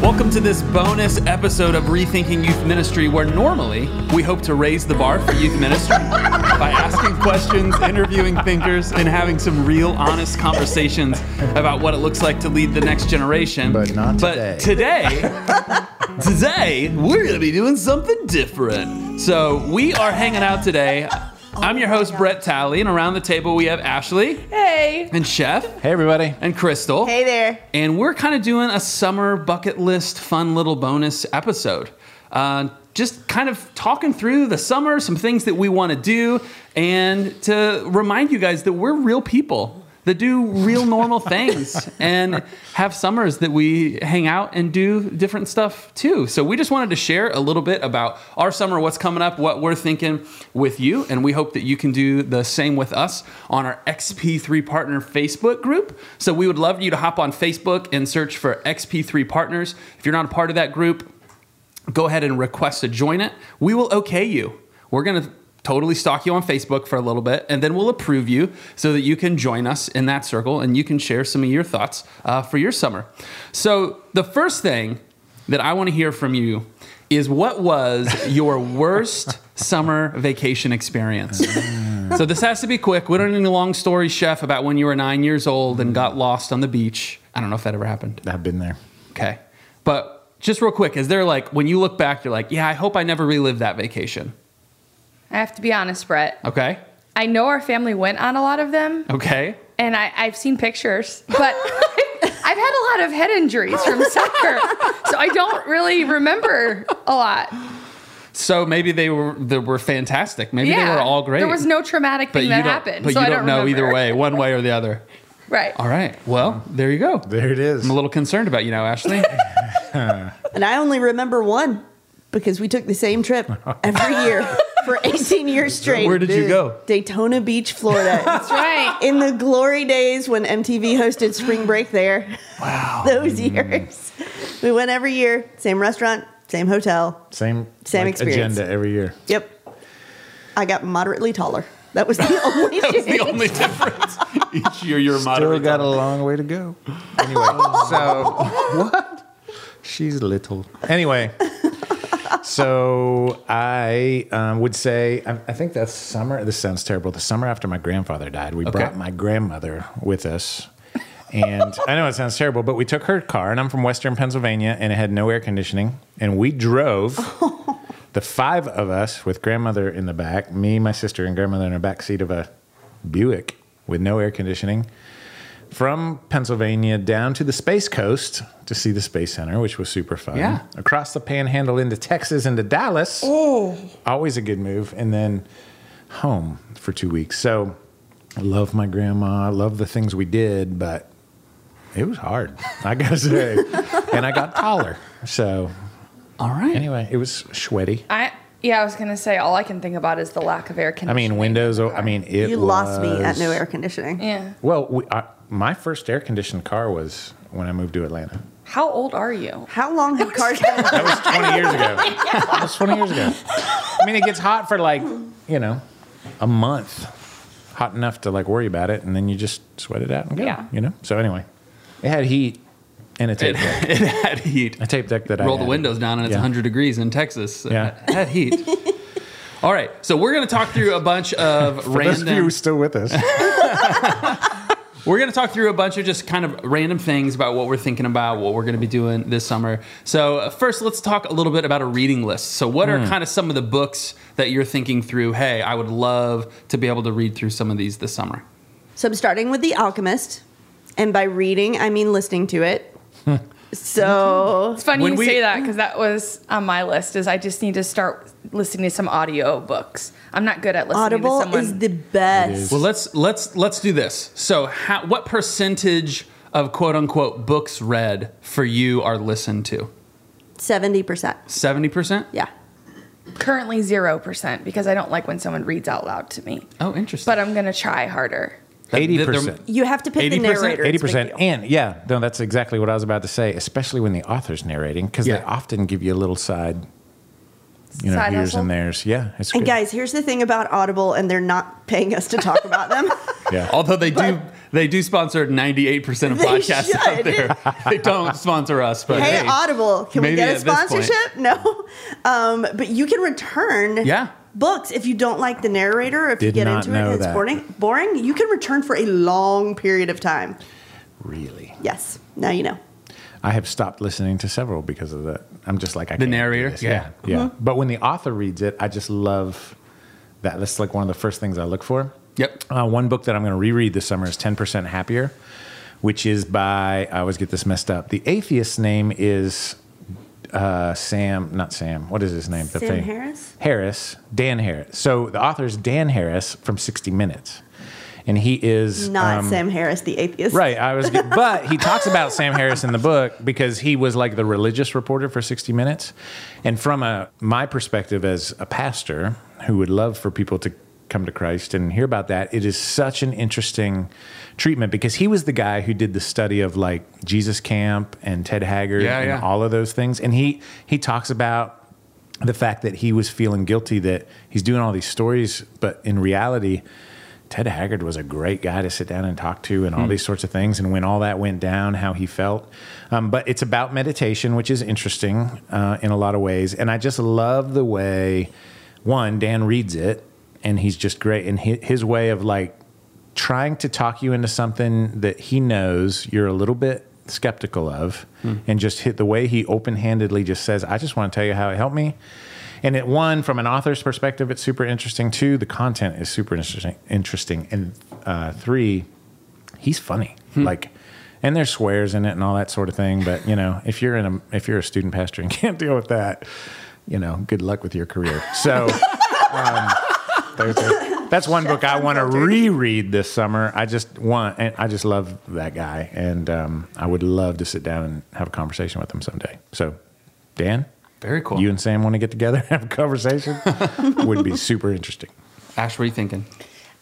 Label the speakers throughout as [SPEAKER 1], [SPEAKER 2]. [SPEAKER 1] Welcome to this bonus episode of Rethinking Youth Ministry, where normally we hope to raise the bar for youth ministry by asking questions, interviewing thinkers, and having some real, honest conversations about what it looks like to lead the next generation.
[SPEAKER 2] But not
[SPEAKER 1] But today, today we're going to be doing something different. So we are hanging out today. I'm your host, Brett Talley, and around the table we have Ashley
[SPEAKER 3] Hey.
[SPEAKER 1] and Chef
[SPEAKER 2] Hey, everybody.
[SPEAKER 1] and Crystal.
[SPEAKER 3] Hey there.
[SPEAKER 1] And we're kind of doing a summer bucket list, fun little bonus episode. Uh, just kind of talking through the summer, some things that we want to do, and to remind you guys that we're real people that do real normal things and have summers that we hang out and do different stuff too. So we just wanted to share a little bit about our summer, what's coming up, what we're thinking with you, and we hope that you can do the same with us on our XP3 Partner Facebook group. So we would love you to hop on Facebook and search for XP3 Partners. If you're not a part of that group, go ahead and request to join it. We will okay you. We're going to totally stalk you on Facebook for a little bit, and then we'll approve you so that you can join us in that circle and you can share some of your thoughts uh, for your summer. So, the first thing that I want to hear from you is what was your worst summer vacation experience? so, this has to be quick. We don't need a long story, Chef, about when you were nine years old and got lost on the beach. I don't know if that ever happened.
[SPEAKER 2] I've been there.
[SPEAKER 1] Okay. But just real quick, is there like when you look back, you're like, yeah, I hope I never relive that vacation.
[SPEAKER 3] I have to be honest, Brett.
[SPEAKER 1] Okay.
[SPEAKER 3] I know our family went on a lot of them,
[SPEAKER 1] Okay.
[SPEAKER 3] and I, I've seen pictures, but I've had a lot of head injuries from soccer, so I don't really remember a lot.
[SPEAKER 1] So maybe they were they were fantastic. Maybe
[SPEAKER 3] yeah,
[SPEAKER 1] they were all great.
[SPEAKER 3] There was no traumatic
[SPEAKER 1] but
[SPEAKER 3] thing
[SPEAKER 1] you
[SPEAKER 3] that
[SPEAKER 1] don't,
[SPEAKER 3] happened,
[SPEAKER 1] But
[SPEAKER 3] so
[SPEAKER 1] you
[SPEAKER 3] I
[SPEAKER 1] don't,
[SPEAKER 3] don't
[SPEAKER 1] know
[SPEAKER 3] remember.
[SPEAKER 1] either way, one way or the other.
[SPEAKER 3] right?
[SPEAKER 1] All right. Well, there you go.
[SPEAKER 2] There it is.
[SPEAKER 1] I'm a little concerned about you now, Ashley.
[SPEAKER 4] And I only remember one because we took the same trip every year for 18 years straight.
[SPEAKER 1] Where did you
[SPEAKER 4] Dude.
[SPEAKER 1] go?
[SPEAKER 4] Daytona Beach, Florida.
[SPEAKER 3] That's right.
[SPEAKER 4] In the glory days when MTV hosted spring break there. Wow. Those
[SPEAKER 1] Mm.
[SPEAKER 4] years. We went every year, same restaurant, same hotel.
[SPEAKER 2] Same,
[SPEAKER 4] Same experience.
[SPEAKER 2] agenda every year.
[SPEAKER 4] Yep. I got moderately taller. That was the only
[SPEAKER 1] that was the
[SPEAKER 4] change.
[SPEAKER 1] only difference. Each year you're a
[SPEAKER 2] Still
[SPEAKER 1] moderate.
[SPEAKER 2] got a long way to go. Anyway, so what? She's little. Anyway, so I um, would say I, I think that's summer. This sounds terrible. The summer after my grandfather died, we brought my grandmother with us. And I know it sounds terrible, but we took her car, and I'm from Western Pennsylvania, and it had no air conditioning, and we drove.
[SPEAKER 4] Oh.
[SPEAKER 2] the five of us with grandmother in the back, me, my sister, and grandmother in the back seat of a Buick with no air conditioning from Pennsylvania down to the Space Coast to see the Space Center, which was super fun.
[SPEAKER 1] Yeah.
[SPEAKER 2] Across the panhandle into Texas, into Dallas. Always a good move. And then home for two weeks. So I love my grandma. I love the things we did, but it was hard, I gotta say. and I got taller. So
[SPEAKER 1] All right.
[SPEAKER 2] anyway, it was sweaty.
[SPEAKER 3] I yeah, I was gonna say all I can think about is the lack of air
[SPEAKER 2] I
[SPEAKER 3] conditioning.
[SPEAKER 2] mean, windows. o- I mean, it.
[SPEAKER 4] You lost me at
[SPEAKER 2] was-
[SPEAKER 4] no air conditioning.
[SPEAKER 3] Yeah.
[SPEAKER 2] Well, we, I, my first air conditioned car was when I moved to Atlanta.
[SPEAKER 3] How old are you?
[SPEAKER 4] How long had cars been?
[SPEAKER 2] That was 20 years ago. That was 20 years ago. I mean, it gets hot for like, you know, a month. Hot enough to like worry about it, and then you just sweat it out and go.
[SPEAKER 3] Yeah.
[SPEAKER 2] You know. So anyway, it had heat and a tape
[SPEAKER 1] It,
[SPEAKER 2] deck.
[SPEAKER 1] it had heat.
[SPEAKER 2] A tape deck that I
[SPEAKER 1] roll the
[SPEAKER 2] had.
[SPEAKER 1] windows down and it's
[SPEAKER 2] Yeah.
[SPEAKER 1] 100 degrees in Texas.
[SPEAKER 2] Yeah.
[SPEAKER 1] That heat. All right, so we're going to talk through a bunch of
[SPEAKER 2] For those of you
[SPEAKER 1] random.
[SPEAKER 2] who's still with us,
[SPEAKER 1] We're going to talk through a bunch of just kind of random things about what we're thinking about, what we're going to be doing this summer. So uh, first, let's talk a little bit about a reading list. So what are kind of some of the books that you're thinking through? Hey, I would love to be able to read through some of these this summer.
[SPEAKER 4] So I'm starting with The Alchemist, and by reading, I mean listening to it. so
[SPEAKER 3] It's funny
[SPEAKER 1] When
[SPEAKER 3] you
[SPEAKER 1] we-
[SPEAKER 3] say that because that was on my list. Is I just need to start listening to some audio books. I'm not good at listening
[SPEAKER 4] Audible
[SPEAKER 3] to someone.
[SPEAKER 4] is the best.
[SPEAKER 1] Well, let's let's let's do this. So, how, what percentage of quote unquote books read for you are listened to?
[SPEAKER 4] Seventy percent.
[SPEAKER 1] Seventy percent.
[SPEAKER 4] Yeah.
[SPEAKER 3] Currently zero percent because I don't like when someone reads out loud to me.
[SPEAKER 1] Oh, interesting.
[SPEAKER 3] But I'm gonna try harder.
[SPEAKER 2] eighty
[SPEAKER 1] They're-
[SPEAKER 2] percent.
[SPEAKER 4] You have to pick the
[SPEAKER 1] 80%?
[SPEAKER 4] narrator.
[SPEAKER 2] Eighty
[SPEAKER 4] It's a big
[SPEAKER 2] percent,
[SPEAKER 4] deal.
[SPEAKER 2] and yeah, no, that's exactly what I was about to say. Especially when the author's narrating, because
[SPEAKER 1] Yeah.
[SPEAKER 2] they often give you a little side, you know,
[SPEAKER 3] Side
[SPEAKER 2] here's
[SPEAKER 3] hustle?
[SPEAKER 2] and theirs. Yeah, it's
[SPEAKER 4] And
[SPEAKER 2] good.
[SPEAKER 4] guys, here's the thing about Audible, and they're not paying us to talk about them.
[SPEAKER 2] yeah,
[SPEAKER 1] Although they do, They do sponsor 98% of
[SPEAKER 4] They
[SPEAKER 1] podcasts out
[SPEAKER 4] should.
[SPEAKER 1] there. They don't sponsor us, but
[SPEAKER 4] Hey,
[SPEAKER 1] hey,
[SPEAKER 4] Audible, can we
[SPEAKER 1] maybe
[SPEAKER 4] get a
[SPEAKER 1] at this point.
[SPEAKER 4] sponsorship? No. Um, but you can return
[SPEAKER 1] Yeah.
[SPEAKER 4] books if you don't like the narrator, if you
[SPEAKER 2] Did
[SPEAKER 4] get
[SPEAKER 2] not
[SPEAKER 4] into it and
[SPEAKER 2] know
[SPEAKER 4] it's
[SPEAKER 2] that.
[SPEAKER 4] boring, boring. You can return for a long period of time.
[SPEAKER 2] Really?
[SPEAKER 4] Yes. Now you know.
[SPEAKER 2] I have stopped listening to several because of that. I'm just like I can't do
[SPEAKER 1] narrator?
[SPEAKER 2] this.
[SPEAKER 1] Yeah.
[SPEAKER 2] yeah, yeah.
[SPEAKER 3] Mm-hmm.
[SPEAKER 2] But when the author reads it, I just love that. That's like one of the first things I look for.
[SPEAKER 1] Yep.
[SPEAKER 2] Uh, one book that I'm going to reread this summer is 10% Happier, which is by, I always get this messed up. The atheist's name is uh, Sam, not Sam. What is his name?
[SPEAKER 4] Sam Harris?
[SPEAKER 2] Harris, Dan Harris. So the author's Dan Harris from 60 Minutes. And he is
[SPEAKER 4] Not
[SPEAKER 2] um,
[SPEAKER 4] Sam Harris, the atheist.
[SPEAKER 2] Right. I was, but he talks about Sam Harris in the book because he was like the religious reporter for 60 Minutes, and from a my perspective as a pastor who would love for people to come to Christ and hear about that, it is such an interesting treatment because he was the guy who did the study of like Jesus Camp and Ted Haggard
[SPEAKER 1] Yeah,
[SPEAKER 2] and
[SPEAKER 1] yeah.
[SPEAKER 2] all of those things, and he he talks about the fact that he was feeling guilty that he's doing all these stories, but in reality, Ted Haggard was a great guy to sit down and talk to,
[SPEAKER 1] Hmm.
[SPEAKER 2] and all these sorts of things. And when all that went down, how he felt. Um, but it's about meditation, which is interesting uh, in a lot of ways. And I just love the way one Dan reads it, and he's just great. And hi- his way of like trying to talk you into something that he knows you're a little bit skeptical of and just hit the way he open-handedly just says i just want to tell you how it helped me and it one from an author's perspective it's super interesting two the content is super interesting interesting and uh, three he's funny like and there's swears in it and all that sort of thing but you know if you're in a if you're a student pastor and can't deal with that you know good luck with your career so um, there's a- that's one book I want to reread this summer. I just want, and I just love that guy, and um, I would love to sit down and have a conversation with him someday. So, Dan,
[SPEAKER 1] Very cool.
[SPEAKER 2] you and Sam want to get together and have a conversation? would be super interesting.
[SPEAKER 1] Ash, what are you thinking?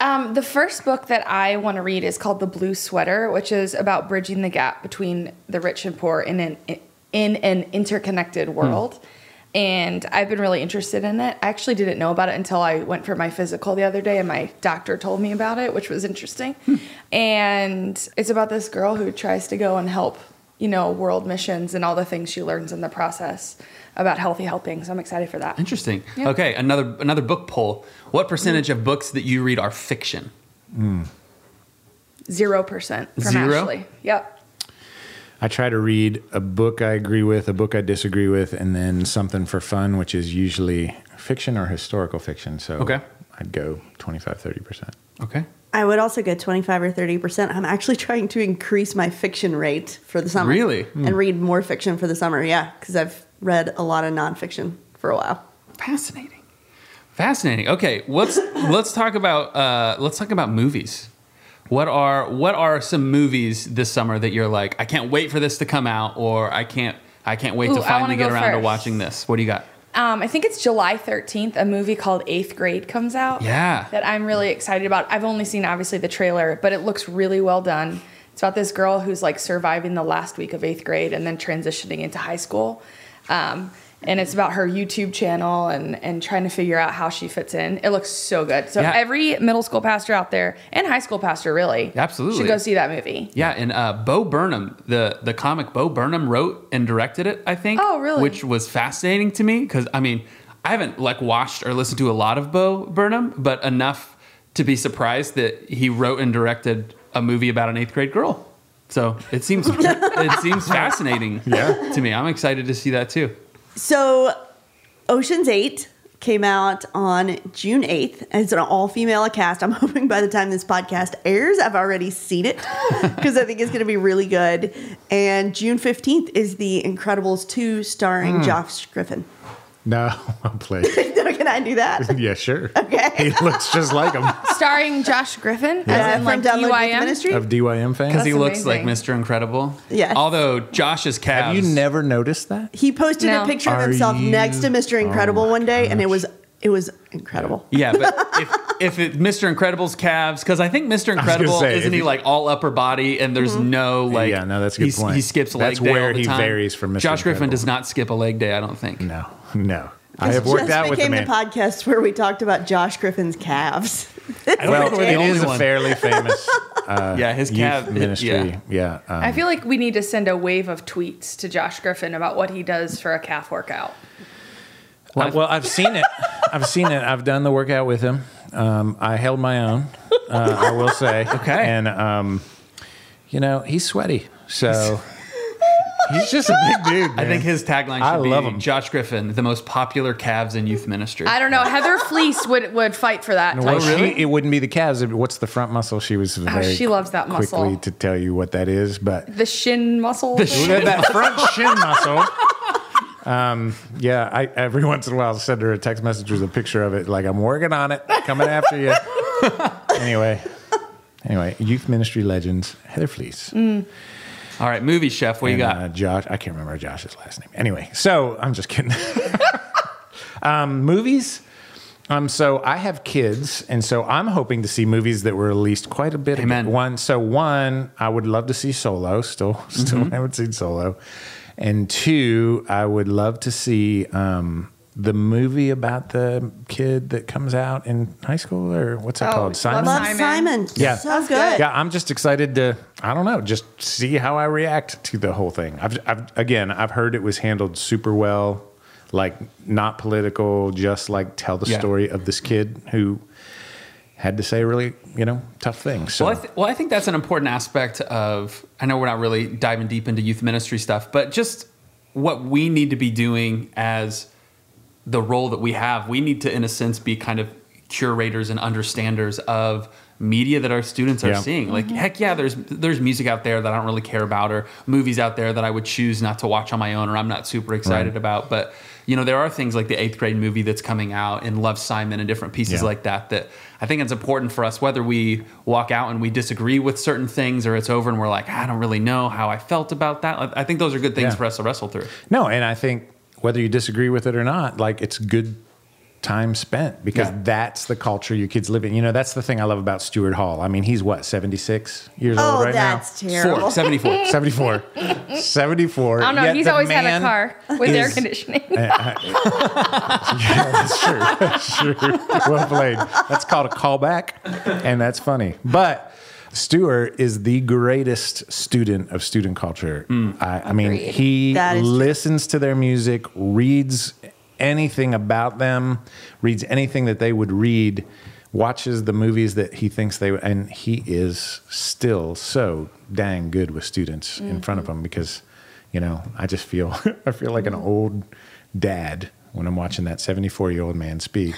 [SPEAKER 3] Um, the first book that I want to read is called The Blue Sweater, which is about bridging the gap between the rich and poor in an in an interconnected world. And I've been really interested in it. I actually didn't know about it until I went for my physical the other day, and my doctor told me about it, which was interesting. And it's about this girl who tries to go and help, you know, world missions and all the things she learns in the process about healthy helping. So I'm excited for that.
[SPEAKER 1] Interesting. Okay, another another book poll. What percentage of books that you read are fiction?
[SPEAKER 3] Zero percent from
[SPEAKER 1] Zero?
[SPEAKER 3] Ashley. Yep.
[SPEAKER 2] I try to read a book I agree with, a book I disagree with, and then something for fun, which is usually fiction or historical fiction. So,
[SPEAKER 1] Okay.
[SPEAKER 2] I'd go 25, 30%.
[SPEAKER 1] Okay.
[SPEAKER 4] I would also go 25 or 30%. I'm actually trying to increase my fiction rate for the summer.
[SPEAKER 1] Really?
[SPEAKER 4] And
[SPEAKER 2] Hmm.
[SPEAKER 4] read more fiction for the summer. Yeah, because I've read a lot of nonfiction for a while.
[SPEAKER 1] Fascinating. Fascinating. Okay, let's let's talk about uh, let's talk about movies. What are what are some movies this summer that you're like I can't wait for this to come out or I can't I can't wait
[SPEAKER 3] Ooh,
[SPEAKER 1] to
[SPEAKER 3] I
[SPEAKER 1] finally
[SPEAKER 3] wanna
[SPEAKER 1] get
[SPEAKER 3] go
[SPEAKER 1] around to
[SPEAKER 3] first.
[SPEAKER 1] watching this. What do you got?
[SPEAKER 3] Um, I think it's July 13th, a movie called Eighth Grade comes out.
[SPEAKER 1] Yeah.
[SPEAKER 3] That I'm really excited about. I've only seen, obviously, the trailer, but it looks really well done. It's about this girl who's like surviving the last week of eighth grade and then transitioning into high school. Um, and it's about her YouTube channel and, and trying to figure out how she fits in. It looks so good. So,
[SPEAKER 1] Yeah.
[SPEAKER 3] every middle school pastor out there and high school pastor, really,
[SPEAKER 1] Absolutely.
[SPEAKER 3] should go see that movie.
[SPEAKER 1] Yeah, and uh, Bo Burnham, the the comic Bo Burnham wrote and directed it, I think.
[SPEAKER 3] Oh, really?
[SPEAKER 1] Which was fascinating to me because I mean, I haven't like watched or listened to a lot of Bo Burnham, but enough to be surprised that he wrote and directed a movie about an eighth grade girl. So it seems it seems fascinating
[SPEAKER 2] Yeah.
[SPEAKER 1] to me. I'm excited to see that too.
[SPEAKER 4] So, Ocean's Eight came out on June 8th. and It's an all female cast. I'm hoping by the time this podcast airs, I've already seen it because I think it's going to be really good. And June 15th is The Incredibles 2 starring
[SPEAKER 2] Hmm.
[SPEAKER 4] Josh Griffin.
[SPEAKER 2] No, I'll play.
[SPEAKER 4] Can I do that?
[SPEAKER 2] yeah, sure. Okay. He looks just like him.
[SPEAKER 3] Starring Josh Griffin
[SPEAKER 4] Uh,
[SPEAKER 3] as in like
[SPEAKER 4] from Download Youth
[SPEAKER 3] DYM.
[SPEAKER 4] Ministry?
[SPEAKER 2] Of DYM fame.
[SPEAKER 1] Because he
[SPEAKER 3] That's
[SPEAKER 1] looks like Mr.
[SPEAKER 3] amazing.
[SPEAKER 1] Incredible.
[SPEAKER 4] Yes.
[SPEAKER 1] Although Josh's calves.
[SPEAKER 2] Have you never noticed that?
[SPEAKER 4] He posted
[SPEAKER 3] No.
[SPEAKER 4] a picture of
[SPEAKER 2] Are
[SPEAKER 4] himself
[SPEAKER 2] you-
[SPEAKER 4] next to Mr. Incredible
[SPEAKER 2] Oh my
[SPEAKER 4] one day, and it
[SPEAKER 2] gosh.
[SPEAKER 4] was it was incredible.
[SPEAKER 1] Yeah, but if, if it, Mr. Incredible's calves, because I think Mr. Incredible
[SPEAKER 2] say,
[SPEAKER 1] isn't
[SPEAKER 2] if
[SPEAKER 1] he
[SPEAKER 2] you-
[SPEAKER 1] like all upper body and there's no like
[SPEAKER 2] Yeah, no, that's a good
[SPEAKER 1] he's-
[SPEAKER 2] point.
[SPEAKER 1] He skips a leg
[SPEAKER 2] That's
[SPEAKER 1] day. all
[SPEAKER 2] where
[SPEAKER 1] the
[SPEAKER 2] he
[SPEAKER 1] time.
[SPEAKER 2] varies from Mr.
[SPEAKER 1] Josh Griffin
[SPEAKER 2] Incredible.
[SPEAKER 1] does not skip a leg day. I don't think.
[SPEAKER 2] No, no. I
[SPEAKER 4] This
[SPEAKER 2] have worked
[SPEAKER 4] just
[SPEAKER 2] out with the
[SPEAKER 4] became
[SPEAKER 2] man.
[SPEAKER 4] the podcast where we talked about Josh Griffin's calves.
[SPEAKER 1] I don't
[SPEAKER 2] well,
[SPEAKER 1] think we're the
[SPEAKER 2] it
[SPEAKER 1] only
[SPEAKER 2] is a
[SPEAKER 1] one.
[SPEAKER 2] fairly famous uh,
[SPEAKER 1] Yeah, his
[SPEAKER 2] youth
[SPEAKER 1] cab- yeah.
[SPEAKER 2] ministry. Yeah, um,
[SPEAKER 3] I feel like we need to send a wave of tweets to Josh Griffin about what he does for a calf workout.
[SPEAKER 2] Uh, well, I've seen it. I've seen it. I've done the workout with him. Um, I held my own. Uh, I will say.
[SPEAKER 1] Okay.
[SPEAKER 2] And um, you know, he's sweaty, so he's just a big dude.
[SPEAKER 1] I think his tagline should
[SPEAKER 2] I
[SPEAKER 1] be
[SPEAKER 2] love him.
[SPEAKER 1] Josh Griffin, the most popular calves in youth ministry.
[SPEAKER 3] I don't know. Heather Fleece would, would fight for that.
[SPEAKER 2] Well,
[SPEAKER 1] Oh, really?
[SPEAKER 2] she, it wouldn't be the calves. It'd be- What's the front muscle? She was very
[SPEAKER 3] she loves that
[SPEAKER 2] quickly
[SPEAKER 3] muscle.
[SPEAKER 2] to tell you what that is, but
[SPEAKER 3] The shin muscle.
[SPEAKER 1] The
[SPEAKER 3] thing?
[SPEAKER 1] shin-
[SPEAKER 2] that, that front shin muscle. Um, yeah, I every once in a while send her a text message with a picture of it, like I'm working on it, coming after you. anyway, anyway, youth ministry legends Heather Fleece
[SPEAKER 1] All right, movie chef, what do you
[SPEAKER 2] and
[SPEAKER 1] got?
[SPEAKER 2] uh, Josh. I can't remember Josh's last name. Anyway, so I'm just kidding. um, movies. Um, so I have kids, and so I'm hoping to see movies that were released quite a bit. ago.
[SPEAKER 1] Amen.
[SPEAKER 2] One, so one, I would love to see Solo. Still, still
[SPEAKER 1] Mm-hmm.
[SPEAKER 2] haven't seen Solo. And two, I would love to see um, the movie about the kid that comes out in high school, or what's it
[SPEAKER 3] Oh,
[SPEAKER 2] called?
[SPEAKER 3] Love
[SPEAKER 2] Simon.
[SPEAKER 4] Love
[SPEAKER 3] Simon.
[SPEAKER 4] Simon.
[SPEAKER 2] Yeah.
[SPEAKER 4] So
[SPEAKER 2] That's
[SPEAKER 4] good.
[SPEAKER 2] Yeah, I'm just excited to I don't know, just see how I react to the whole thing. I've, I've again, I've heard it was handled super well, like not political, just like tell the
[SPEAKER 1] Yeah.
[SPEAKER 2] story of this kid who had to say really, you know, tough things. So
[SPEAKER 1] Well I, th- well, I think that's an important aspect of. I know we're not really diving deep into youth ministry stuff, but just what we need to be doing as the role that we have. We need to, in a sense, be kind of curators and understanders of media that our students are
[SPEAKER 2] Yeah.
[SPEAKER 1] seeing. Like, heck yeah, there's there's music out there that I don't really care about, or movies out there that I would choose not to watch on my own, or I'm not super excited
[SPEAKER 2] Right.
[SPEAKER 1] about. But you know, there are things like the eighth grade movie that's coming out, and Love Simon, and different pieces
[SPEAKER 2] Yeah.
[SPEAKER 1] like that. That I think it's important for us whether we walk out and we disagree with certain things, or it's over and we're like, I don't really know how I felt about that. Like, I think those are good things
[SPEAKER 2] Yeah.
[SPEAKER 1] for us to wrestle through.
[SPEAKER 2] No, and I think whether you disagree with it or not, like it's good time spent because
[SPEAKER 1] Yeah.
[SPEAKER 2] that's the culture your kids live in. You know, that's the thing I love about Stuart Hall. I mean, he's what, 76 years
[SPEAKER 4] Oh,
[SPEAKER 2] old right now?
[SPEAKER 4] that's terrible.
[SPEAKER 1] Four, 74.
[SPEAKER 2] 74. 74.
[SPEAKER 3] I don't know.
[SPEAKER 2] Yet
[SPEAKER 3] He's
[SPEAKER 2] the
[SPEAKER 3] always had a
[SPEAKER 2] man
[SPEAKER 3] car with air
[SPEAKER 2] is-
[SPEAKER 3] conditioning.
[SPEAKER 2] Yeah, that's true. That's true. Well played. That's called a callback, and that's funny. But Stuart is the greatest student of student culture. I, I mean,
[SPEAKER 3] Agreed.
[SPEAKER 2] he
[SPEAKER 4] That is true.
[SPEAKER 2] listens to their music, reads anything about them, reads anything that they would read, watches the movies that he thinks they would, and he is still so dang good with students in front of
[SPEAKER 4] Mm-hmm.
[SPEAKER 2] him because, you know, I just feel I feel like an old dad when I'm watching that 74 year old man speak.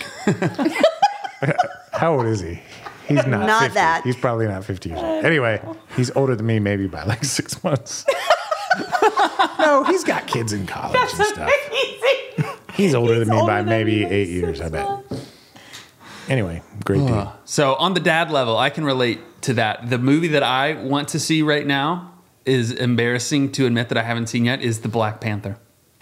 [SPEAKER 2] How old is he? He's not.
[SPEAKER 4] Not
[SPEAKER 2] 50.
[SPEAKER 4] that.
[SPEAKER 2] He's probably not 50 years old. Anyway, he's older than me, maybe by like six months. no, he's got kids in college and stuff. He's older than me
[SPEAKER 4] older
[SPEAKER 2] by
[SPEAKER 4] than
[SPEAKER 2] maybe
[SPEAKER 4] me by
[SPEAKER 2] eight years, I bet. Anyway, great dude.
[SPEAKER 1] So on the dad level, I can relate to that. The movie that I want to see right now is embarrassing to admit that I haven't seen yet is the Black Panther.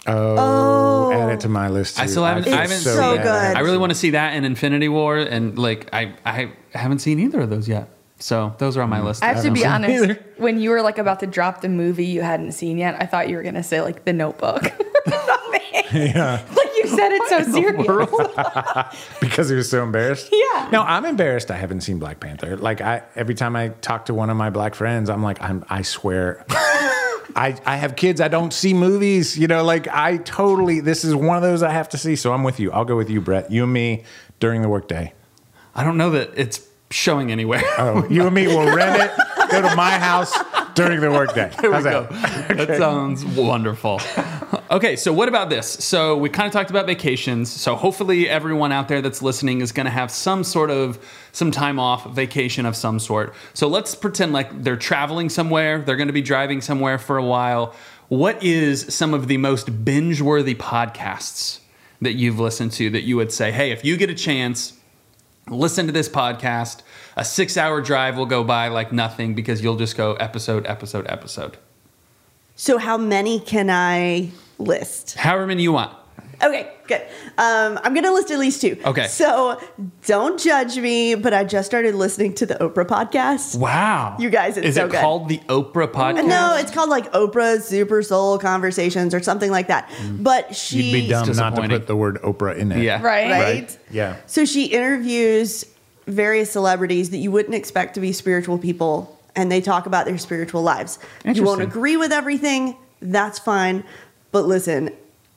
[SPEAKER 2] Oh, add it to my list.
[SPEAKER 1] I
[SPEAKER 2] too.
[SPEAKER 1] still haven't-
[SPEAKER 2] feel
[SPEAKER 1] I haven't seen
[SPEAKER 2] bad.
[SPEAKER 4] it. So good.
[SPEAKER 1] I really want to see that and Infinity War, and like I I haven't seen either of those yet. So those are on my list.
[SPEAKER 3] I have to
[SPEAKER 1] haven't
[SPEAKER 3] be
[SPEAKER 1] seen
[SPEAKER 3] honest.
[SPEAKER 1] either.
[SPEAKER 3] When you were like about to drop the movie you hadn't seen yet, I thought you were gonna say like The Notebook. yeah. Like you said it so serious.
[SPEAKER 2] because he was so embarrassed.
[SPEAKER 3] Yeah.
[SPEAKER 2] No, I'm embarrassed. I haven't seen Black Panther. Like I, every time I talk to one of my black friends, I'm like, I'm, I swear, I, I have kids. I don't see movies. You know, like I totally. This is one of those I have to see. So I'm with you. I'll go with you, Brett. You and me during the workday.
[SPEAKER 1] I don't know that it's showing anywhere.
[SPEAKER 2] Oh, you and me will rent it. Go to my house during the workday. How's
[SPEAKER 1] There we
[SPEAKER 2] that?
[SPEAKER 1] go. That sounds wonderful. Okay, so what about this? So we kind of talked about vacations. So hopefully everyone out there that's listening is going to have some sort of some time off, vacation of some sort. So let's pretend like they're traveling somewhere, they're going to be driving somewhere for a while. What is some of the most binge-worthy podcasts that you've listened to that you would say, "Hey, if you get a chance, listen to this podcast. A 6-hour drive will go by like nothing because you'll just go episode episode episode."
[SPEAKER 4] So how many can I list?
[SPEAKER 1] However many you want.
[SPEAKER 4] Okay, good. Um, I'm gonna list at least two.
[SPEAKER 1] Okay.
[SPEAKER 4] So don't judge me, but I just started listening to the Oprah podcast.
[SPEAKER 1] Wow.
[SPEAKER 4] You guys, it's
[SPEAKER 1] Is
[SPEAKER 4] so
[SPEAKER 1] it
[SPEAKER 4] good.
[SPEAKER 1] called the Oprah podcast?
[SPEAKER 4] No, it's called like Oprah's Super Soul Conversations or something like that. But she
[SPEAKER 2] Mm. You'd be dumb not to
[SPEAKER 1] disappointing.
[SPEAKER 2] put the word Oprah in there.
[SPEAKER 1] Yeah.
[SPEAKER 3] Right.
[SPEAKER 4] right?
[SPEAKER 2] Yeah.
[SPEAKER 4] So she interviews various celebrities that you wouldn't expect to be spiritual people and they talk about their spiritual lives. You
[SPEAKER 1] Interesting.
[SPEAKER 4] won't agree with everything, that's fine. But listen,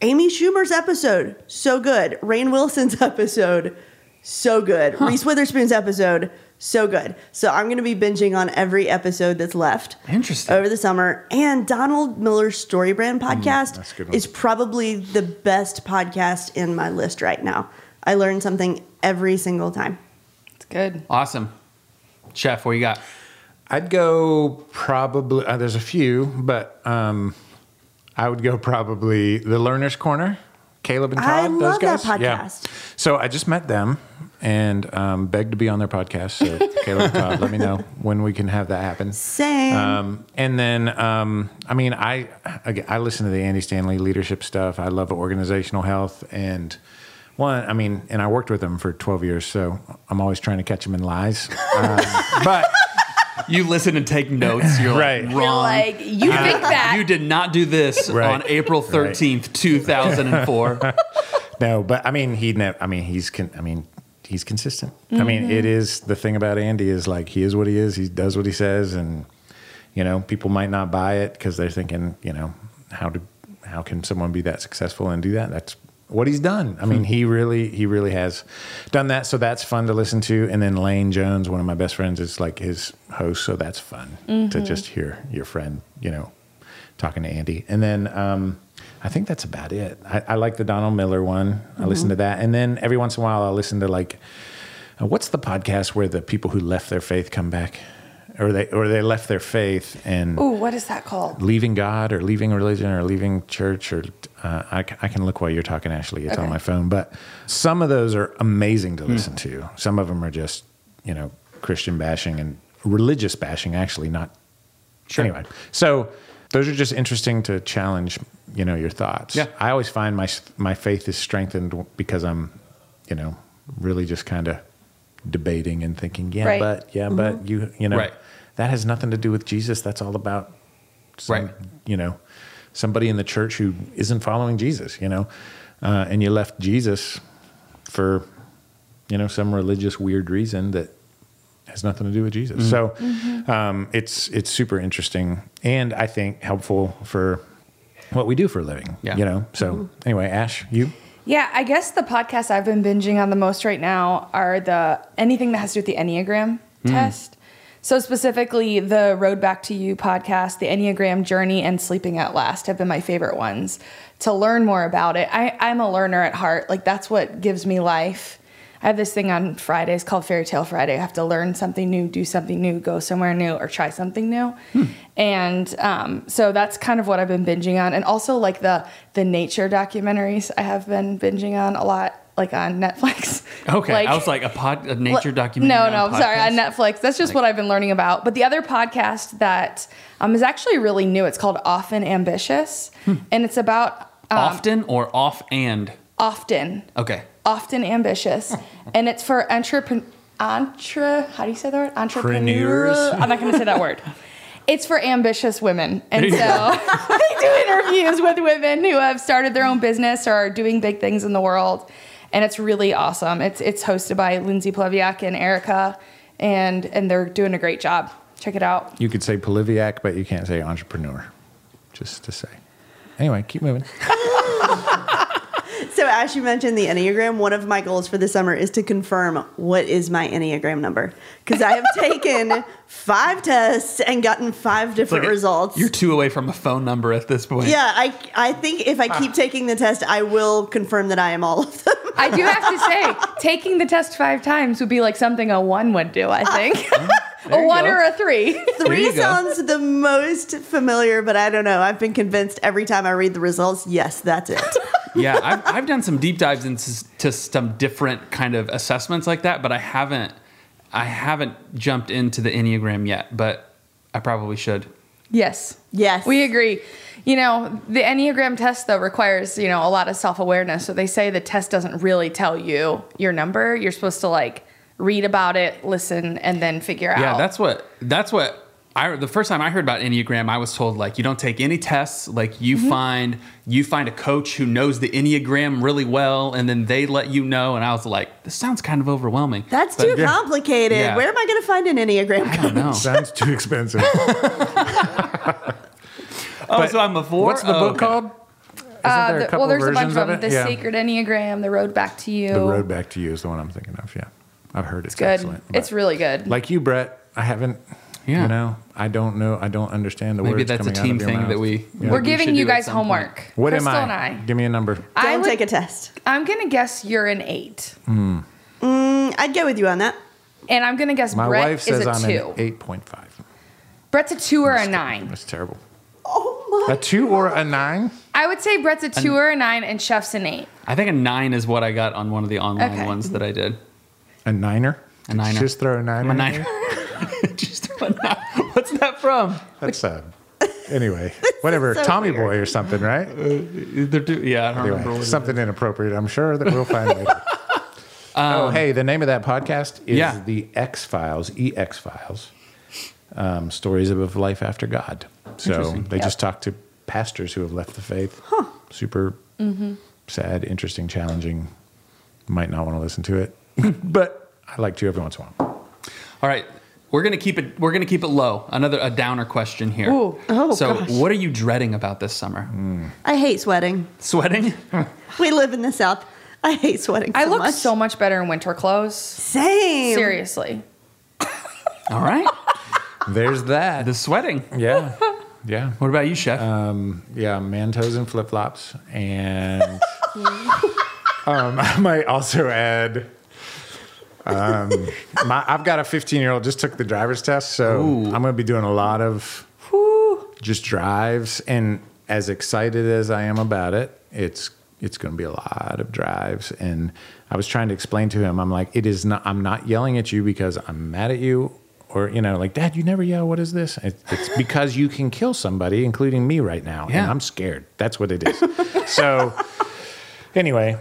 [SPEAKER 4] Amy Schumer's episode, so good. Rain Wilson's episode, so good. Reese Witherspoon's episode, so good. So I'm going to be binging on every episode that's left.
[SPEAKER 1] Interesting.
[SPEAKER 4] Over the summer. And Donald Miller's Storybrand podcast
[SPEAKER 2] that's a good one.
[SPEAKER 4] is probably the best podcast in my list right now. I learn something every single time.
[SPEAKER 3] It's good.
[SPEAKER 1] Awesome. Chef, what you got?
[SPEAKER 2] I'd go probably. Uh, there's a few, but um, I would go probably the Learners Corner. Caleb and Todd.
[SPEAKER 4] I
[SPEAKER 2] those
[SPEAKER 4] love that
[SPEAKER 2] guys. Yeah.
[SPEAKER 4] podcast.
[SPEAKER 2] So I just met them and um, begged to be on their podcast. So Caleb and Todd, let me know when we can have that happen.
[SPEAKER 4] Same.
[SPEAKER 2] Um, and then, um, I mean, I again, I listen to the Andy Stanley leadership stuff. I love organizational health, and one, I mean, and I worked with him for twelve years, so I'm always trying to catch him in lies. Um, but
[SPEAKER 1] You listen and take notes. You're
[SPEAKER 2] Right.
[SPEAKER 1] like,
[SPEAKER 2] You're
[SPEAKER 1] wrong.
[SPEAKER 3] Like you think that
[SPEAKER 1] You did not do this
[SPEAKER 2] Right.
[SPEAKER 1] on April
[SPEAKER 2] Right.
[SPEAKER 1] 13th, 2004.
[SPEAKER 2] no, but I mean, he never. I mean, he's. Con- I mean, he's consistent. I mean, it is the thing about Andy is like he is what he is. He does what he says, and you know, people might not buy it because they're thinking, you know, how do how can someone be that successful and do that? That's what he's done. I mean, he really he really has done that. So that's fun to listen to. And then Lane Jones, one of my best friends, is like his host, so that's fun to just hear your friend, you know, talking to Andy. And then um, I think that's about it. I, I like the Donald Miller one. I listen to that. And then every once in a while, I'll listen to like, uh, what's the podcast where the people who left their faith come back? Or they, or they left their faith and
[SPEAKER 3] Ooh, what is that called?
[SPEAKER 2] leaving God or leaving religion or leaving church or uh, I, c- I can look while you're talking, Ashley. It's on
[SPEAKER 3] Okay.
[SPEAKER 2] my phone. But some of those are amazing to
[SPEAKER 1] Mm.
[SPEAKER 2] listen to. Some of them are just, you know, Christian bashing and religious bashing, actually, not.
[SPEAKER 1] Sure.
[SPEAKER 2] Anyway, so those are just interesting to challenge, you know, your thoughts.
[SPEAKER 1] Yeah.
[SPEAKER 2] I always find my, s- my faith is strengthened because I'm, you know, really just kind of debating and thinking, yeah,
[SPEAKER 3] Right.
[SPEAKER 2] but, yeah, but you, you know,
[SPEAKER 1] Mm-hmm. Right.
[SPEAKER 2] that has nothing to do with Jesus. That's all about some,
[SPEAKER 1] Right.
[SPEAKER 2] you know, somebody in the church who isn't following Jesus, you know, uh, and you left Jesus for, you know, some religious weird reason that has nothing to do with Jesus. So um, it's it's super interesting and I think helpful for what we do for a living.
[SPEAKER 1] Yeah.
[SPEAKER 2] You know. So anyway, Ash, you
[SPEAKER 3] Yeah, I guess the podcasts I've been binging on the most right now are the anything that has to do with the Enneagram test. So specifically the Road Back to You podcast, the Enneagram Journey, and Sleeping at Last have been my favorite ones to learn more about it. I, I'm a learner at heart. Like that's what gives me life. I have this thing on Fridays called Fairy Tale Friday. I have to learn something new, do something new, go somewhere new, or try something new.
[SPEAKER 1] Hmm.
[SPEAKER 3] And um, so that's kind of what I've been binging on, and also like the the nature documentaries I have been binging on a lot, like on Netflix.
[SPEAKER 1] Okay. I was like, a, pod, a nature
[SPEAKER 3] Well,
[SPEAKER 1] documentary.
[SPEAKER 3] No,
[SPEAKER 1] on
[SPEAKER 3] no,
[SPEAKER 1] podcast?
[SPEAKER 3] I'm sorry. On Netflix. That's just what I've been learning about. But the other podcast that um, is actually really new, it's called Often Ambitious. And it's about um,
[SPEAKER 1] Often or Hmm. off and?
[SPEAKER 3] often,
[SPEAKER 1] Okay.
[SPEAKER 3] often ambitious. and it's for entrepreneur, entre, how do you say that word? Entrepreneurs.
[SPEAKER 2] Preneurs.
[SPEAKER 3] I'm not going to say that word. It's for ambitious women. And
[SPEAKER 1] There
[SPEAKER 3] so
[SPEAKER 1] you go.
[SPEAKER 3] they do interviews with women who have started their own business or are doing big things in the world. And it's really awesome. It's it's hosted by Lindsay Pleviak and Erica and and they're doing a great job. Check it out.
[SPEAKER 2] you could say Poliviac, but you can't say entrepreneur. Just to say. Anyway, keep moving.
[SPEAKER 4] So, as you mentioned the Enneagram, one of my goals for the summer is to confirm what is my Enneagram number. Because I have taken five tests and gotten five
[SPEAKER 1] It's like
[SPEAKER 4] different
[SPEAKER 1] a-
[SPEAKER 4] results.
[SPEAKER 1] You're two away from a phone number at this point.
[SPEAKER 4] yeah, I, I think if I keep taking the test, I will confirm that I am all of them.
[SPEAKER 3] I do have to say, taking the test five times would be like something a one would do, I think.
[SPEAKER 1] There
[SPEAKER 3] a
[SPEAKER 1] you
[SPEAKER 3] one
[SPEAKER 1] go.
[SPEAKER 3] or a three.
[SPEAKER 1] you
[SPEAKER 4] Three
[SPEAKER 1] go.
[SPEAKER 4] sounds the most familiar, but I don't know. I've been convinced every time I read the results, yes, that's it.
[SPEAKER 1] yeah, I've, I've done some deep dives into s- to some different kind of assessments like that, but I haven't I haven't jumped into the Enneagram yet, but I probably should.
[SPEAKER 3] Yes.
[SPEAKER 4] Yes.
[SPEAKER 3] We agree. You know, the Enneagram test, though, requires, you know, a lot of self awareness. So they say the test doesn't really tell you your number. You're supposed to, like, read about it, listen, and then figure out.
[SPEAKER 1] Yeah, that's what that's what I, the first time I heard about Enneagram, I was told like you don't take any tests. Like you find you find a coach who knows the Enneagram really well, and then they let you know. And I was like, this sounds kind of overwhelming.
[SPEAKER 4] That's
[SPEAKER 1] But-
[SPEAKER 4] too complicated.
[SPEAKER 1] Yeah.
[SPEAKER 4] Where am I going to find an Enneagram
[SPEAKER 1] I don't
[SPEAKER 4] coach?
[SPEAKER 1] know.
[SPEAKER 2] Sounds too expensive.
[SPEAKER 1] oh, so I'm a four.
[SPEAKER 2] What's the
[SPEAKER 1] Oh,
[SPEAKER 2] book
[SPEAKER 1] okay.
[SPEAKER 2] called? Isn't
[SPEAKER 3] Uh,
[SPEAKER 2] there
[SPEAKER 3] the-
[SPEAKER 2] a couple
[SPEAKER 3] well, there's a bunch
[SPEAKER 2] versions
[SPEAKER 3] of them.
[SPEAKER 2] of it?
[SPEAKER 3] the
[SPEAKER 2] yeah.
[SPEAKER 3] Sacred Enneagram, The Road Back to You.
[SPEAKER 2] The Road Back to You is the one I'm thinking of. Yeah, I've heard it's,
[SPEAKER 3] It's good.
[SPEAKER 2] excellent. but
[SPEAKER 3] It's really good.
[SPEAKER 2] like you, Brett. I haven't.
[SPEAKER 1] Yeah.
[SPEAKER 2] You know, I don't know. I don't understand the
[SPEAKER 1] Maybe
[SPEAKER 2] words
[SPEAKER 1] that's a
[SPEAKER 2] coming out
[SPEAKER 1] team
[SPEAKER 2] of your
[SPEAKER 1] thing
[SPEAKER 2] mouth.
[SPEAKER 1] that we.
[SPEAKER 2] Yeah.
[SPEAKER 3] We're
[SPEAKER 1] we
[SPEAKER 3] giving
[SPEAKER 1] should
[SPEAKER 3] you
[SPEAKER 1] do at
[SPEAKER 3] guys
[SPEAKER 1] some point.
[SPEAKER 3] homework.
[SPEAKER 2] What
[SPEAKER 3] Crystal
[SPEAKER 2] am I?
[SPEAKER 3] And I.
[SPEAKER 2] Give me a number.
[SPEAKER 4] Don't
[SPEAKER 3] I would,
[SPEAKER 4] take a test.
[SPEAKER 3] I'm gonna guess you're an eight,
[SPEAKER 4] Mm, I'd go with you on that.
[SPEAKER 3] and I'm gonna guess
[SPEAKER 2] My
[SPEAKER 3] Brett
[SPEAKER 2] wife says
[SPEAKER 3] is a
[SPEAKER 2] I'm
[SPEAKER 3] two.
[SPEAKER 2] an eight point five.
[SPEAKER 3] Brett's a two or a nine.
[SPEAKER 2] That's terrible.
[SPEAKER 4] Oh my!
[SPEAKER 2] A two or a nine?
[SPEAKER 3] I would say Brett's a two or a nine, and Chef's an eight.
[SPEAKER 1] I think a nine is what I got on one of the online
[SPEAKER 3] Okay.
[SPEAKER 1] ones that I did.
[SPEAKER 2] A niner?
[SPEAKER 1] A
[SPEAKER 2] Did you
[SPEAKER 1] niner.
[SPEAKER 2] Just throw a nine.
[SPEAKER 1] A
[SPEAKER 2] in
[SPEAKER 1] nine.
[SPEAKER 2] there?
[SPEAKER 1] Just a nine. What's that from?
[SPEAKER 2] That's a. Anyway, whatever.
[SPEAKER 4] so
[SPEAKER 2] Tommy
[SPEAKER 4] weird.
[SPEAKER 2] Boy or something, right?
[SPEAKER 1] They're do- yeah, I don't remember.
[SPEAKER 2] Anyway,
[SPEAKER 1] what it is.
[SPEAKER 2] something inappropriate. I'm sure that we'll find later. oh, hey, the name of that podcast is
[SPEAKER 1] Um, Yeah.
[SPEAKER 2] the E X Files, EX Files, um, stories of life after God. So
[SPEAKER 1] Interesting.
[SPEAKER 2] they just talk to pastors who have left the faith. Super
[SPEAKER 1] Mm-hmm.
[SPEAKER 2] sad, interesting, challenging. Might not want to listen to it, but I like to every once in a while.
[SPEAKER 1] All right, we're gonna keep it. We're gonna keep it low. Another a downer question here.
[SPEAKER 4] Ooh. Oh,
[SPEAKER 1] so,
[SPEAKER 4] gosh.
[SPEAKER 1] what are you dreading about this summer?
[SPEAKER 4] I hate sweating.
[SPEAKER 1] Sweating.
[SPEAKER 4] We live in the south. I hate sweating. So
[SPEAKER 3] I look
[SPEAKER 4] much.
[SPEAKER 3] so much better in winter clothes.
[SPEAKER 4] same.
[SPEAKER 3] Seriously.
[SPEAKER 1] All right,
[SPEAKER 2] There's that. Uh,
[SPEAKER 1] the sweating.
[SPEAKER 2] Yeah. Yeah. um,
[SPEAKER 1] What about you, chef?
[SPEAKER 2] Yeah, mantos and flip flops, and um, I might also add. Um, my, I've got a 15 year old just took the driver's test, so
[SPEAKER 1] Ooh.
[SPEAKER 2] I'm going to be doing a lot of just drives. And as excited as I am about it, it's it's going to be a lot of drives. And I was trying to explain to him, I'm like, it is not. I'm not yelling at you because I'm mad at you. Or you know, like Dad, you never yell. What is this? It, it's because you can kill somebody, including me, right now,
[SPEAKER 1] Yeah.
[SPEAKER 2] and I'm scared. That's what it is. so, anyway,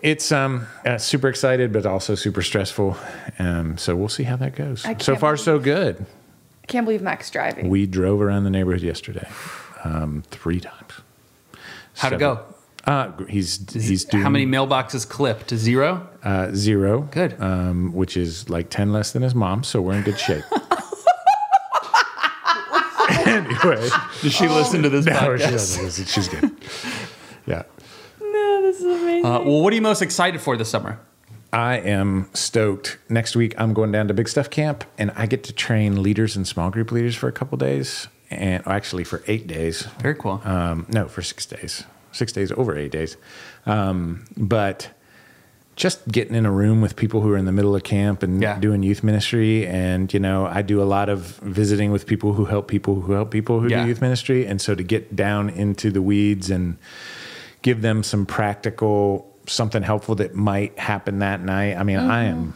[SPEAKER 2] it's um uh, super excited, but also super stressful. Um, so we'll see how that goes.
[SPEAKER 3] I
[SPEAKER 2] So
[SPEAKER 3] can't
[SPEAKER 2] far, so good.
[SPEAKER 3] I can't believe Mac's driving.
[SPEAKER 2] We drove around the neighborhood yesterday, um, three times.
[SPEAKER 1] How'd it
[SPEAKER 2] Seven-
[SPEAKER 1] go?
[SPEAKER 2] Uh, gr- he's he's doing
[SPEAKER 1] How many mailboxes clipped? Zero.
[SPEAKER 2] uh, zero.
[SPEAKER 1] Good.
[SPEAKER 2] um, which is like ten less than his mom. So we're in good shape. anyway,
[SPEAKER 1] Does she listen to this
[SPEAKER 2] no, she
[SPEAKER 1] podcast?
[SPEAKER 2] doesn't listen. She's good. Yeah,
[SPEAKER 3] No, this is amazing.
[SPEAKER 1] Uh, well, what are you most excited for this summer?
[SPEAKER 2] I am stoked. Next week, I'm going down to Big Stuff Camp, and I get to train leaders and small group leaders for a couple days, and or actually for eight days.
[SPEAKER 1] Very cool.
[SPEAKER 2] um, no, for six days, six days over eight days. Um, but just getting in a room with people who are in the middle of camp and
[SPEAKER 1] Yeah.
[SPEAKER 2] doing youth ministry. And, you know, I do a lot of visiting with people who help people who help people who
[SPEAKER 1] Yeah.
[SPEAKER 2] do youth ministry. And so to get down into the weeds and give them some practical, something helpful that might happen that night. I mean, I am.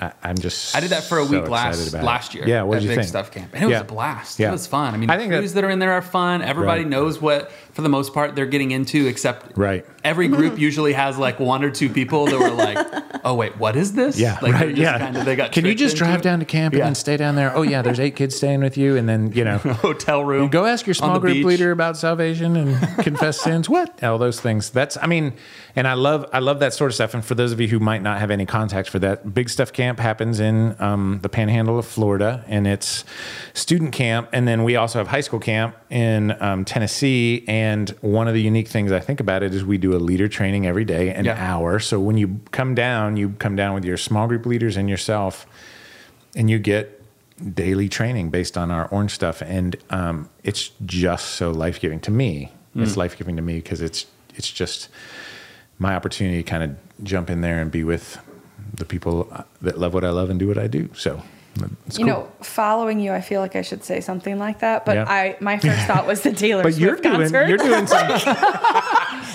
[SPEAKER 2] I, I'm just.
[SPEAKER 1] I did that for a
[SPEAKER 2] so
[SPEAKER 1] week
[SPEAKER 2] excited
[SPEAKER 1] last
[SPEAKER 2] about it.
[SPEAKER 1] last year.
[SPEAKER 2] Yeah, what
[SPEAKER 1] at
[SPEAKER 2] did you
[SPEAKER 1] Big
[SPEAKER 2] think?
[SPEAKER 1] Stuff Camp, and it
[SPEAKER 2] Yeah.
[SPEAKER 1] was a blast.
[SPEAKER 2] Yeah.
[SPEAKER 1] It was fun. I mean,
[SPEAKER 2] I
[SPEAKER 1] the
[SPEAKER 2] think that-
[SPEAKER 1] crews that, are in there are fun. Everybody
[SPEAKER 2] Right.
[SPEAKER 1] knows what, for the most part, they're getting into. Except,
[SPEAKER 2] Right.
[SPEAKER 1] Every
[SPEAKER 4] Mm-hmm.
[SPEAKER 1] group usually has like one or two people that were like, "Oh wait, what is this?"
[SPEAKER 2] Yeah,
[SPEAKER 1] like,
[SPEAKER 2] right.
[SPEAKER 1] they're just
[SPEAKER 2] yeah,
[SPEAKER 1] Kinda, they got.
[SPEAKER 2] Can you
[SPEAKER 1] tricked
[SPEAKER 2] just
[SPEAKER 1] into
[SPEAKER 2] drive
[SPEAKER 1] it.
[SPEAKER 2] down to camp
[SPEAKER 1] Yeah.
[SPEAKER 2] and then stay down there? Oh yeah, there's eight kids staying with you, and then you know,
[SPEAKER 1] hotel room?
[SPEAKER 2] go ask your
[SPEAKER 1] on
[SPEAKER 2] small
[SPEAKER 1] the
[SPEAKER 2] group
[SPEAKER 1] beach.
[SPEAKER 2] leader about salvation and confess sins. What all those things? That's I mean, and I love I love that sort of stuff. And for those of you who might not have any context for that, Big Stuff Camp happens in um, the Panhandle of Florida, and it's student camp, and then we also have high school camp in um, Tennessee. And one of the unique things I think about it is we do a leader training every day, an
[SPEAKER 1] Yeah.
[SPEAKER 2] hour. So when you come down, you come down with your small group leaders and yourself and you get daily training based on our orange stuff and um, it's just so life-giving to me it's life-giving to me because it's it's just my opportunity to kind of jump in there and be with the people uh, that love what i love and do what i do so it's
[SPEAKER 3] you
[SPEAKER 2] cool.
[SPEAKER 3] know, following you, I feel like I should say something like that, but
[SPEAKER 2] Yeah.
[SPEAKER 3] I my first thought was the Taylor
[SPEAKER 2] but
[SPEAKER 3] Swift
[SPEAKER 2] you're doing
[SPEAKER 3] concert.
[SPEAKER 2] you're doing something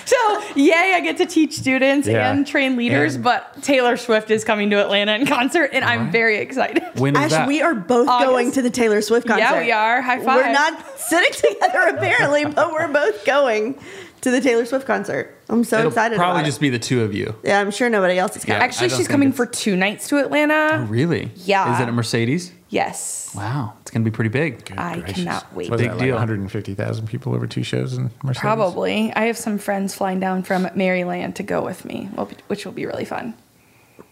[SPEAKER 3] so yay, I get to teach students
[SPEAKER 2] Yeah.
[SPEAKER 3] and train leaders,
[SPEAKER 2] And-
[SPEAKER 3] but Taylor Swift is coming to Atlanta in concert, and I'm very excited.
[SPEAKER 1] When is
[SPEAKER 4] Ash,
[SPEAKER 1] that?
[SPEAKER 4] we are both
[SPEAKER 3] August.
[SPEAKER 4] going to the Taylor Swift concert.
[SPEAKER 3] Yeah, we are. High
[SPEAKER 4] We're
[SPEAKER 3] five.
[SPEAKER 4] not sitting together apparently, but we're both going to the Taylor Swift concert. I'm so
[SPEAKER 1] It'll
[SPEAKER 4] excited.
[SPEAKER 1] probably
[SPEAKER 4] about
[SPEAKER 1] just
[SPEAKER 4] it.
[SPEAKER 1] be the two of you.
[SPEAKER 4] Yeah, I'm sure nobody else is going.
[SPEAKER 1] Yeah. I
[SPEAKER 3] Actually,
[SPEAKER 1] don't
[SPEAKER 3] she's
[SPEAKER 1] think
[SPEAKER 3] coming
[SPEAKER 1] it's-
[SPEAKER 2] Oh.
[SPEAKER 3] for two nights to Atlanta.
[SPEAKER 1] Oh, Really?
[SPEAKER 3] Yeah.
[SPEAKER 1] Is it a Mercedes?
[SPEAKER 3] Yes.
[SPEAKER 1] Wow, it's going to be pretty big.
[SPEAKER 3] I cannot wait.
[SPEAKER 2] Was
[SPEAKER 1] Big
[SPEAKER 2] that
[SPEAKER 1] deal.
[SPEAKER 2] Like 150,000 people over two shows in Mercedes?
[SPEAKER 3] Probably. I have some friends flying down from Maryland to go with me, well, which will be really fun.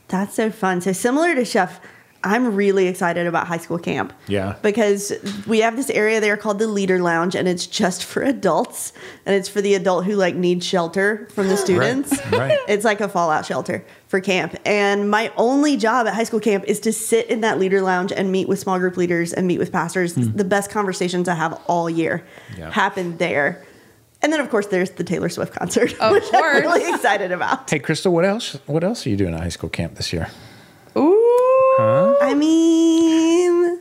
[SPEAKER 4] That's so fun. So similar to Chef, I'm really excited about high school camp.
[SPEAKER 2] Yeah.
[SPEAKER 4] Because we have this area there called the Leader Lounge and it's just for adults and it's for the adult who like needs shelter from the students.
[SPEAKER 2] right.
[SPEAKER 4] It's like a fallout shelter for camp. And my only job at high school camp is to sit in that leader lounge and meet with small group leaders and meet with pastors. The best conversations I have all year
[SPEAKER 2] Hmm. Yeah.
[SPEAKER 4] happen there. And then of course there's the Taylor Swift concert,
[SPEAKER 3] Of
[SPEAKER 4] which I'm
[SPEAKER 3] course.
[SPEAKER 4] really excited about.
[SPEAKER 2] Hey, Crystal, what else? What else are you doing at high school camp this year?
[SPEAKER 3] Ooh.
[SPEAKER 4] I mean,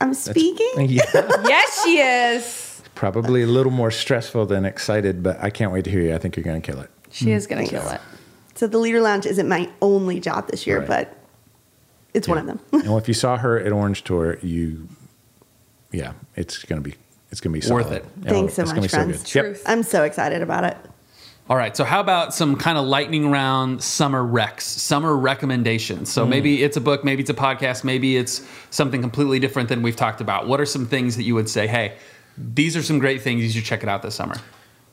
[SPEAKER 4] I'm speaking.
[SPEAKER 2] Yeah,
[SPEAKER 3] Yes, she is.
[SPEAKER 2] probably a little more stressful than excited, but I can't wait to hear you. I think you're going to kill it.
[SPEAKER 3] She is going to kill it.
[SPEAKER 4] So the leader lounge isn't my only job this year,
[SPEAKER 2] Right.
[SPEAKER 4] but it's one of them.
[SPEAKER 2] and well, if you saw her at Orange Tour, you, yeah, it's going to be it's going to be
[SPEAKER 1] Worth
[SPEAKER 2] solid.
[SPEAKER 1] it.
[SPEAKER 2] Yeah,
[SPEAKER 4] Thanks so
[SPEAKER 2] it's
[SPEAKER 4] much,
[SPEAKER 2] gonna be
[SPEAKER 4] friends.
[SPEAKER 2] So good. Yep.
[SPEAKER 3] Truth.
[SPEAKER 4] I'm so excited about it.
[SPEAKER 1] All right, so how about some kind of lightning round summer recs, summer recommendations? So
[SPEAKER 2] Mm.
[SPEAKER 1] maybe it's a book, maybe it's a podcast, maybe it's something completely different than we've talked about. What are some things that you would say, hey, these are some great things you should check it out this summer?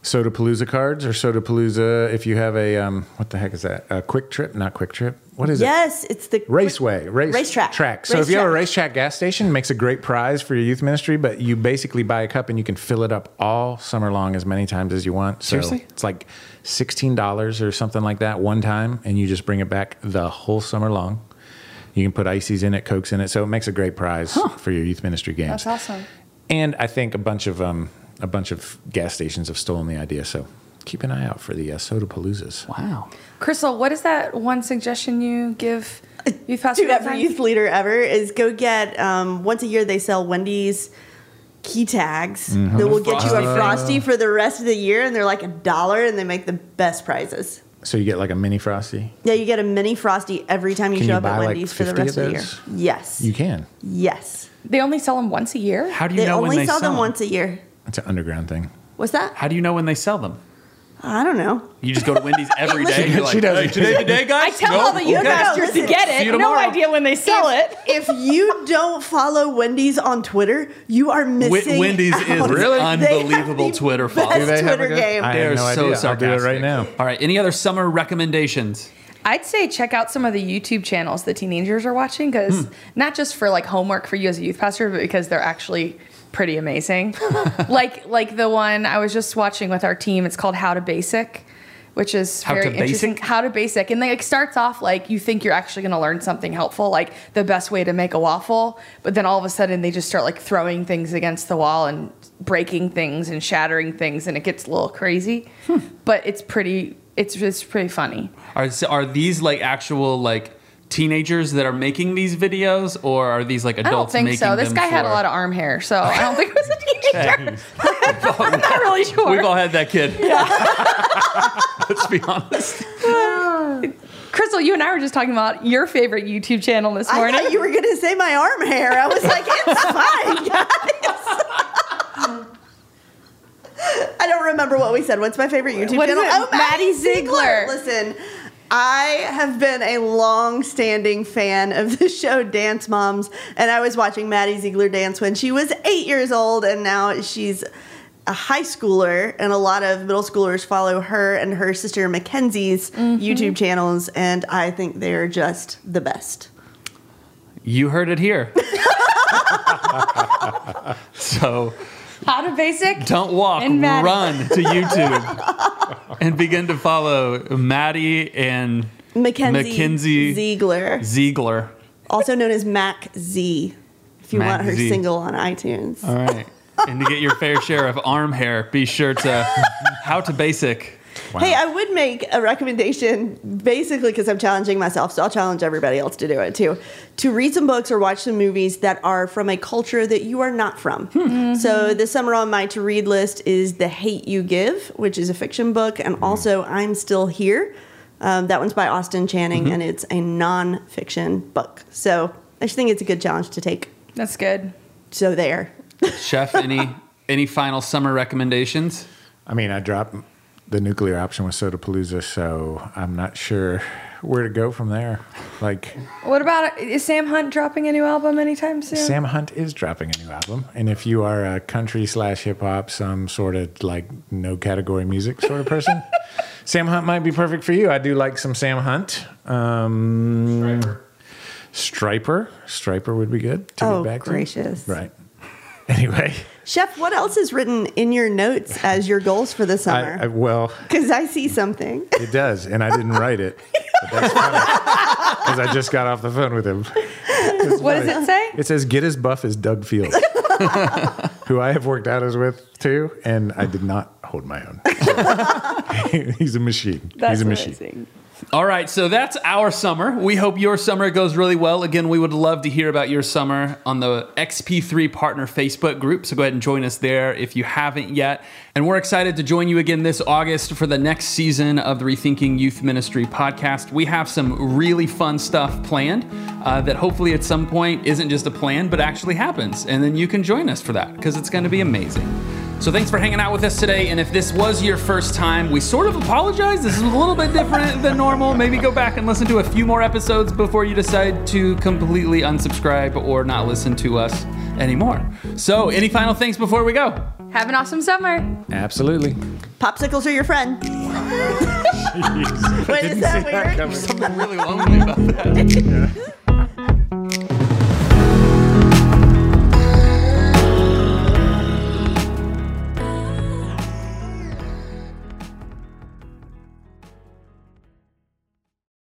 [SPEAKER 2] Soda Palooza cards or Soda Palooza if you have a um, what the heck is that? A quick trip, not quick trip. What is it?
[SPEAKER 4] Yes, it's the
[SPEAKER 2] Raceway, race,
[SPEAKER 4] Racetrack.
[SPEAKER 2] track. So if you have a
[SPEAKER 4] Racetrack.
[SPEAKER 2] racetrack gas station, it makes a great prize for your youth ministry. But you basically buy a cup and you can fill it up all summer long as many times as you want. So
[SPEAKER 1] Seriously?
[SPEAKER 2] it's like sixteen dollars or something like that one time, and you just bring it back the whole summer long. You can put ices in it, cokes in it, so it makes a great prize for your youth ministry games.
[SPEAKER 3] That's awesome.
[SPEAKER 2] And I think a bunch of um, a bunch of gas stations have stolen the idea, so keep an eye out for the uh, soda paloozas.
[SPEAKER 1] Wow.
[SPEAKER 3] Crystal, what is that one suggestion you give youth pastor?
[SPEAKER 4] to
[SPEAKER 3] all the
[SPEAKER 4] every
[SPEAKER 3] time?
[SPEAKER 4] youth leader ever is go get um, once a year they sell Wendy's key tags
[SPEAKER 2] Mm-hmm.
[SPEAKER 4] that will get you
[SPEAKER 1] Frosty
[SPEAKER 4] a
[SPEAKER 1] thing.
[SPEAKER 4] frosty for the rest of the year, and they're like a dollar, and they make the best prizes.
[SPEAKER 2] So you get like a mini frosty.
[SPEAKER 4] Yeah, you get a mini frosty every time you
[SPEAKER 2] Can
[SPEAKER 4] show
[SPEAKER 2] you
[SPEAKER 4] up at
[SPEAKER 2] buy, like,
[SPEAKER 4] Wendy's for the
[SPEAKER 2] 50 of
[SPEAKER 4] rest of, the year.
[SPEAKER 2] those?
[SPEAKER 4] Yes,
[SPEAKER 2] You can.
[SPEAKER 4] yes.
[SPEAKER 3] They only sell them once a year?
[SPEAKER 1] How do you
[SPEAKER 4] They
[SPEAKER 1] know
[SPEAKER 4] only
[SPEAKER 1] when they
[SPEAKER 4] sell
[SPEAKER 1] sell
[SPEAKER 4] them once a year.
[SPEAKER 2] It's an underground thing.
[SPEAKER 4] What's that?
[SPEAKER 1] How do you know when they sell them?
[SPEAKER 4] I don't know.
[SPEAKER 1] You just go to Wendy's every day.
[SPEAKER 4] Listen,
[SPEAKER 1] and you're like,
[SPEAKER 2] She doesn't.
[SPEAKER 1] "Hey, today the day,
[SPEAKER 3] I
[SPEAKER 1] guys.
[SPEAKER 3] tell
[SPEAKER 1] No?
[SPEAKER 3] all the youth
[SPEAKER 1] Okay.
[SPEAKER 3] pastors to
[SPEAKER 4] Listen,
[SPEAKER 3] get
[SPEAKER 1] see you
[SPEAKER 3] it. No
[SPEAKER 1] tomorrow.
[SPEAKER 3] idea when they sell it.
[SPEAKER 4] if you don't follow Wendy's on Twitter, you are missing.
[SPEAKER 1] Wen- Wendy's is
[SPEAKER 4] out.
[SPEAKER 1] really
[SPEAKER 4] They have
[SPEAKER 1] unbelievable
[SPEAKER 4] the
[SPEAKER 1] Twitter
[SPEAKER 4] best
[SPEAKER 1] followers. Do
[SPEAKER 2] they have a
[SPEAKER 4] Twitter
[SPEAKER 2] good-
[SPEAKER 4] game.
[SPEAKER 2] I-
[SPEAKER 1] They
[SPEAKER 2] have
[SPEAKER 1] are
[SPEAKER 2] no
[SPEAKER 1] so
[SPEAKER 2] idea. I'll
[SPEAKER 1] sarcastic.
[SPEAKER 2] do it right now.
[SPEAKER 1] All right. Any other summer recommendations?
[SPEAKER 3] I'd say check out some of the YouTube channels the teenagers are watching because
[SPEAKER 1] Hmm.
[SPEAKER 3] not just for like homework for you as a youth pastor, but because they're actually pretty amazing. like like the one I was just watching with our team. It's called How to Basic, which is
[SPEAKER 1] How to
[SPEAKER 3] very interesting.
[SPEAKER 1] Basic?
[SPEAKER 3] How to Basic, and like starts off like you think you're actually going to learn something helpful, like the best way to make a waffle, but then all of a sudden they just start like throwing things against the wall and breaking things and shattering things, and it gets a little crazy.
[SPEAKER 1] Hmm.
[SPEAKER 3] But it's pretty. It's it's pretty funny.
[SPEAKER 1] Are are these like actual like teenagers that are making these videos, or are these like
[SPEAKER 3] I don't
[SPEAKER 1] adults?
[SPEAKER 3] think
[SPEAKER 1] making
[SPEAKER 3] so. This
[SPEAKER 1] them
[SPEAKER 3] guy had a
[SPEAKER 1] for-
[SPEAKER 3] lot of arm hair, so I don't think it was a teenager. I'm not really sure.
[SPEAKER 1] We've all had that kid. Let's be honest.
[SPEAKER 3] Crystal, you and I were just talking about your favorite YouTube channel this
[SPEAKER 4] I
[SPEAKER 3] morning.
[SPEAKER 4] thought you were gonna say my arm hair. I was like, it's fine, guys. I don't remember what we said. What's my favorite YouTube
[SPEAKER 3] What is
[SPEAKER 4] channel?
[SPEAKER 3] it?
[SPEAKER 4] Oh, Maddie,
[SPEAKER 3] Maddie
[SPEAKER 4] Ziegler.
[SPEAKER 3] Ziegler.
[SPEAKER 4] Listen, I have been a long-standing fan of the show Dance Moms, and I was watching Maddie Ziegler dance when she was eight years old, and now she's a high schooler, and a lot of middle schoolers follow her and her sister Mackenzie's
[SPEAKER 3] Mm-hmm.
[SPEAKER 4] YouTube channels, and I think they're just the best.
[SPEAKER 1] You heard it here. so
[SPEAKER 3] How to basic?
[SPEAKER 1] don't walk,
[SPEAKER 3] And Maddie.
[SPEAKER 1] run to YouTube and begin to follow Maddie and
[SPEAKER 4] Mackenzie,
[SPEAKER 1] Mackenzie
[SPEAKER 4] Ziegler,
[SPEAKER 1] Ziegler.
[SPEAKER 4] also known as Mac Z, if you
[SPEAKER 1] Mac
[SPEAKER 4] want her
[SPEAKER 1] Z. Oh,
[SPEAKER 4] single on iTunes.
[SPEAKER 1] All right. and to get your fair share of arm hair, be sure to how to basic.
[SPEAKER 4] Hey, I would make a recommendation basically because I'm challenging myself, so I'll challenge everybody else to do it too. To read some books or watch some movies that are from a culture that you are not from.
[SPEAKER 1] Hmm.
[SPEAKER 4] So
[SPEAKER 1] Mm-hmm.
[SPEAKER 4] this summer on my to read list is The Hate You Give, which is a fiction book,
[SPEAKER 1] Hmm.
[SPEAKER 4] and also I'm Still Here. Um, that one's by Austin Channing,
[SPEAKER 1] Mm-hmm.
[SPEAKER 4] and it's a nonfiction book. So I just think it's a good challenge to take.
[SPEAKER 3] That's good.
[SPEAKER 4] So there.
[SPEAKER 1] Chef, any any final summer recommendations?
[SPEAKER 2] I mean, I dropped the nuclear option with soda palooza, so I'm not sure where to go from there. Like
[SPEAKER 3] What about is Sam Hunt dropping a new album anytime soon?
[SPEAKER 2] Sam Hunt is dropping a new album, and if you are a country slash hip hop, some sort of like no category music sort of person, Sam Hunt might be perfect for you. I do like some Sam Hunt. Um, Striper. Striper, would be good. To
[SPEAKER 4] Oh,
[SPEAKER 2] get back to.
[SPEAKER 4] gracious.
[SPEAKER 2] Right. Anyway,
[SPEAKER 4] Chef, what else is written in your notes as your goals for the
[SPEAKER 2] I, I,
[SPEAKER 4] summer?
[SPEAKER 2] well,
[SPEAKER 4] Because I, see something.
[SPEAKER 2] it does, and I didn't write it. Because I just got off the phone with him.
[SPEAKER 3] what does it say?
[SPEAKER 2] It says, "Get as buff as Doug Fields, who I have worked out as with too, and I did not hold my own. He's a machine. He's a machine.
[SPEAKER 3] amazing.
[SPEAKER 1] All right, so that's our summer. We hope your summer goes really well. Again, we would love to hear about your summer on the XP3 Partner Facebook group. So go ahead and join us there if you haven't yet. And we're excited to join you again this August for the next season of the Rethinking Youth Ministry podcast. We have some really fun stuff planned uh, that hopefully at some point isn't just a plan, but actually happens. And then you can join us for that because it's going to be amazing. So thanks for hanging out with us today. And if this was your first time, we sort of apologize. This is a little bit different than normal. Maybe go back and listen to a few more episodes before you decide to completely unsubscribe or not listen to us anymore. So, any final things before we go?
[SPEAKER 3] Have an awesome summer.
[SPEAKER 2] Absolutely.
[SPEAKER 4] Popsicles are your friend. Wait, is that weird?
[SPEAKER 1] Something really lonely about that.